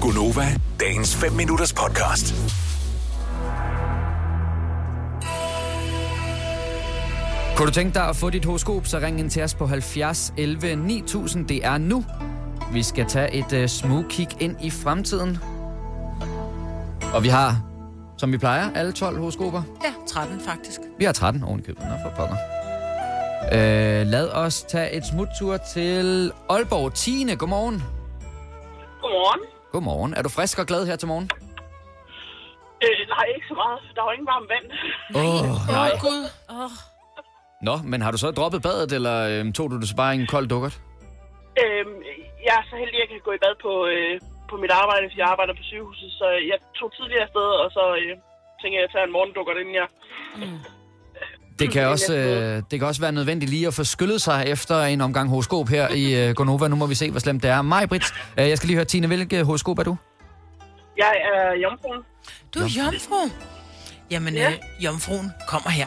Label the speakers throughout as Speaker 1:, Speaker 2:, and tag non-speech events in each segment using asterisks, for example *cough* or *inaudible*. Speaker 1: Gunova, dagens 5 minutters podcast.
Speaker 2: Kunne du tænke dig at få dit horoskop, så ring ind til os på 70 11 9000. Det er nu. Vi skal tage et uh, smug kig ind i fremtiden. Og vi har, som vi plejer, alle 12 horoskoper.
Speaker 3: Ja, 13 faktisk.
Speaker 2: Vi har 13 oven i købet, Nå, for pokker. Øh, lad os tage et smuttur til Aalborg. Tine, godmorgen.
Speaker 4: Godmorgen.
Speaker 2: Godmorgen. Er du frisk og glad her til morgen?
Speaker 4: Øh, nej, ikke så meget. Der var ingen varmt
Speaker 2: *laughs*
Speaker 4: vand.
Speaker 2: Åh, oh, nej.
Speaker 3: Gud. Oh.
Speaker 2: Nå, men har du så droppet badet, eller øhm, tog du det så bare i en kold dukkert?
Speaker 4: Øh, jeg er så heldig, at jeg kan gå i bad på, øh, på mit arbejde, fordi jeg arbejder på sygehuset. Så jeg tog tidligere afsted, og så øh, tænkte jeg, at jeg tager en morgendukker, inden jeg...
Speaker 2: Det kan, også, øh, det kan også være nødvendigt lige at få skyllet sig efter en omgang horoskop her i øh, Gonova. Nu må vi se, hvor slemt det er. Maj, Britt, øh, jeg skal lige høre, Tine, hvilke horoskop er du?
Speaker 4: Jeg er jomfruen.
Speaker 3: Du er jomfru. Jamen, ja.
Speaker 4: Ja.
Speaker 3: øh, jomfruen kommer her.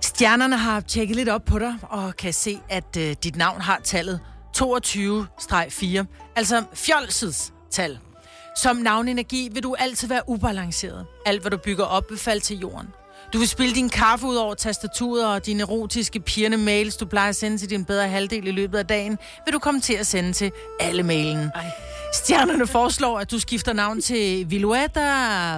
Speaker 3: Stjernerne har tjekket lidt op på dig, og kan se, at øh, dit navn har tallet 22-4, altså fjolsets tal. Som navnenergi vil du altid være ubalanceret. Alt, hvad du bygger op, vil falde til jorden. Du vil spille din kaffe ud over tastaturet og dine erotiske pigerne mails, du plejer at sende til din bedre halvdel i løbet af dagen, vil du komme til at sende til alle mailen. Stjernerne foreslår, at du skifter navn til Vilueta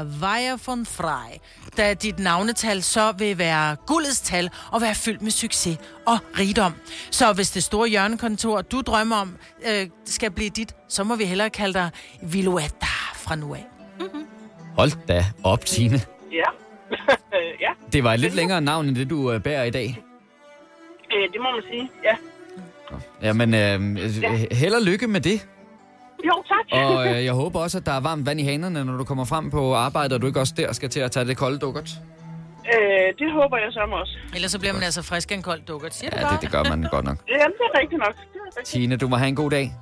Speaker 3: Weyer von Frey, da dit navnetal så vil være guldets tal og være fyldt med succes og rigdom. Så hvis det store hjørnekontor, du drømmer om, øh, skal blive dit, så må vi hellere kalde dig Vilueta fra nu af.
Speaker 2: Hold da op, Tine.
Speaker 4: Ja. *laughs* Øh, ja,
Speaker 2: Det var et lidt længere navn, end det du øh, bærer i dag.
Speaker 4: øh, det må man sige. Ja.
Speaker 2: Jamen, øh, øh, held og lykke med det.
Speaker 4: Jo, tak.
Speaker 2: Og øh, jeg håber også, at der er varmt vand i hanerne, når du kommer frem på arbejde, og du ikke også der skal til at tage det kolde dukkert.
Speaker 4: *laughs* Øh, det håber jeg så også.
Speaker 3: Ellers så bliver man altså frisk af en kold dukker. Siger
Speaker 2: Ja, det, det gør man godt nok.
Speaker 4: Jamen, det er rigtigt nok. Det er rigtigt.
Speaker 2: Tine, du må have en god dag.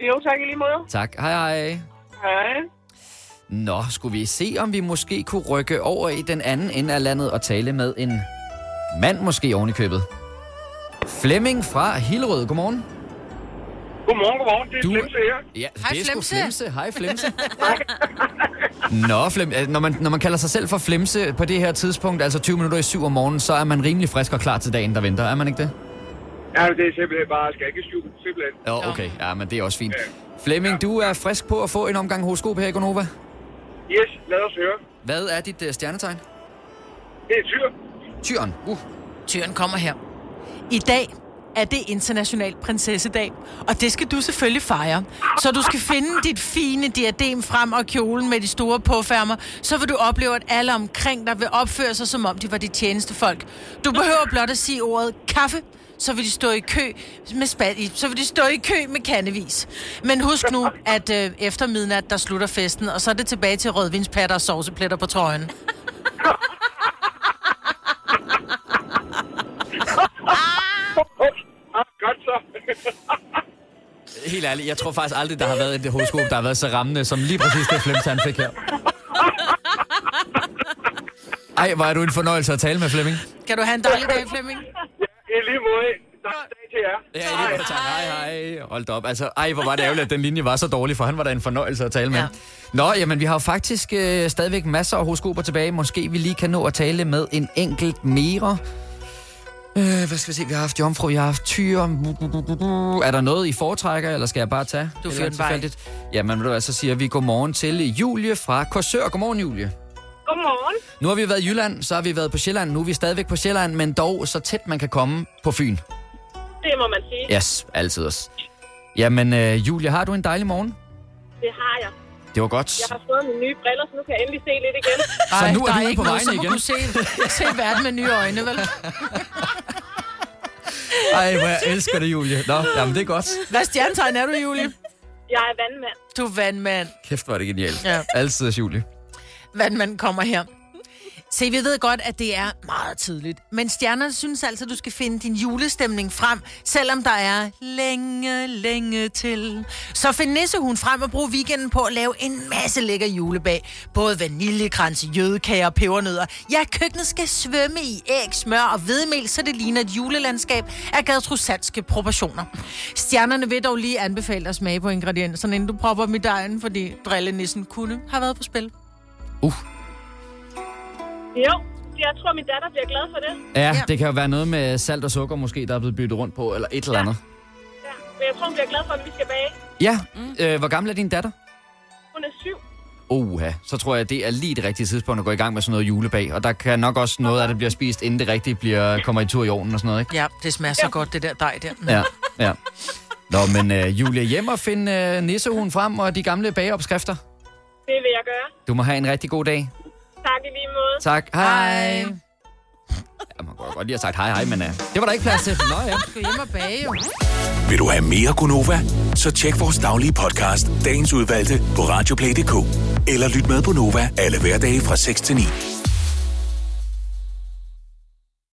Speaker 4: Jo, tak i lige måde.
Speaker 2: Tak. Hej hej.
Speaker 4: Hej.
Speaker 2: Nå, skulle vi se, om vi måske kunne rykke over i den anden ende af landet og tale med en mand måske oven i købet. Flemming fra Hillerød, godmorgen.
Speaker 4: Godmorgen, godmorgen. Det er
Speaker 2: Du-
Speaker 4: Slimse her.
Speaker 2: Ja,
Speaker 3: Hej,
Speaker 2: det er sgu
Speaker 3: Flemse.
Speaker 2: Flemse. Hej Flemse. Nå, Flem, øh, når, man, når man kalder sig selv for Flemse på det her tidspunkt, altså 20 minutter i syv om morgenen, så er man rimelig frisk og klar til dagen, der venter. Er man ikke det?
Speaker 5: Ja, det er simpelthen bare skækkeskjul, simpelthen.
Speaker 2: Ja, okay. Ja, men det er også fint. Flemming, du er frisk på at få en omgang horoskop her i Gonova.
Speaker 5: Yes, lad os høre.
Speaker 2: Hvad er dit øh, stjernetegn?
Speaker 5: Det er tyr.
Speaker 2: Tyren. Uh.
Speaker 3: Tyren kommer her. I dag er det international prinsessedag, og det skal du selvfølgelig fejre. Så du skal finde dit fine diadem frem og kjolen med de store påfærmer, så vil du opleve, at alle omkring dig vil opføre sig, som om de var dit tjenestefolk. Du behøver blot at sige ordet kaffe, så vil de stå i kø med spad i, så vil de stå i kø med kandevis. Men husk nu, at øh, efter midnat, der slutter festen, og så er det tilbage til rødvinspatter og sovsepletter på trøjen.
Speaker 5: Ah, godt så.
Speaker 2: Helt ærligt, jeg tror faktisk aldrig, der har været et horoskop, der har været så rammende, som lige præcis det Flemming han fik her. Ej, var du en fornøjelse at tale med Flemming.
Speaker 3: Kan du have en dejlig dag, Flemming?
Speaker 5: I lige måde. Tak dag til jer.
Speaker 2: Ja, i lige måde, tak. Hej, hej. Hold da op. Altså, ej, hvor var det ærgerligt, at den linje var så dårlig, for han var da en fornøjelse at tale med.
Speaker 3: Ja.
Speaker 2: Nå, jamen, vi har jo faktisk øh, stadigvæk masser af horoskoper tilbage. Måske vi lige kan nå at tale med en enkelt mere. Øh, hvad skal vi se? Vi har haft jomfru, vi har haft tyre. Er der noget, I foretrækker, eller skal jeg bare tage?
Speaker 3: Du
Speaker 2: Et
Speaker 3: fyrer den bare af.
Speaker 2: tilfældigt? Jamen, ved du hvad, så siger vi godmorgen til Julie fra Korsør. Godmorgen, Julie.
Speaker 4: Godmorgen.
Speaker 2: Nu har vi været i Jylland, så har vi været på Sjælland. Nu er vi stadigvæk på Sjælland, men dog så tæt man kan komme på Fyn.
Speaker 4: Det må man sige.
Speaker 2: Yes, altid os. Jamen, øh, Julie, har du en dejlig morgen?
Speaker 4: Det har jeg.
Speaker 2: Det var godt.
Speaker 4: Jeg har fået mine nye briller, så nu kan jeg endelig se lidt igen.
Speaker 2: Så nu er
Speaker 3: der
Speaker 2: du ude
Speaker 3: ikke
Speaker 2: på
Speaker 3: noget,
Speaker 2: vejene
Speaker 3: som at
Speaker 2: igen.
Speaker 3: kunne se, se verden med nye øjne, vel?
Speaker 2: Ej, hvor jeg elsker det, Julie. Nå, jamen det er godt.
Speaker 3: Hvad stjernetegn er du, Julie?
Speaker 4: Jeg er vandmand.
Speaker 3: Du er vandmand.
Speaker 2: Kæft, var det genialt.
Speaker 3: Ja.
Speaker 2: Altid, Julie.
Speaker 3: Vandmanden kommer her. Se, vi ved godt, at det er meget tidligt, men stjernerne synes altså, at du skal finde din julestemning frem, selvom der er længe, længe til. Så find nissehuen frem og brug weekenden på at lave en masse lækker julebag. Både vaniljekranse, jødekager og pebernødder. Ja, køkkenet skal svømme i æg, smør og hvedemel, så det ligner et julelandskab af gadtrusatske proportioner. Stjernerne vil dog lige anbefale dig at smage på ingredienserne, inden du propper dem i dejen, fordi drillenissen kunne have været på spil.
Speaker 2: Uh,
Speaker 6: Jo, jeg tror, min datter bliver glad for det.
Speaker 2: ja, ja,
Speaker 3: Ja.
Speaker 2: det kan jo være noget med salt og sukker måske, der er blevet byttet rundt på, eller et eller andet.
Speaker 6: Ja. Men jeg tror, hun bliver glad for, at vi skal bage.
Speaker 2: Ja, øh, hvor gammel er din datter?
Speaker 6: Hun er syv.
Speaker 2: Oha, så tror jeg, det er lige det rigtige tidspunkt at gå i gang med sådan noget julebag. Og der kan nok også noget af det bliver spist, inden det rigtige bliver, kommer i tur i ovnen og sådan noget, ikke?
Speaker 3: Ja, det smager så godt, det der dej der. Mm.
Speaker 2: Ja, ja. Nå, men øh, Julia, hjem og find øh, nissehuen frem og de gamle bageopskrifter.
Speaker 6: Det vil jeg gøre.
Speaker 2: Du må have en rigtig god dag.
Speaker 6: Tak i lige måde.
Speaker 2: Tak. Hej. Ja, man kunne jo godt lige have sagt hej, hej, men øh, det var der ikke plads til. Nå ja.
Speaker 3: Gå hjem og bage, jo.
Speaker 1: Vil du have mere Gunova? Så tjek vores daglige podcast, dagens udvalgte, på radioplay.dk. Eller lyt med på Nova alle hverdage fra 6 til 9.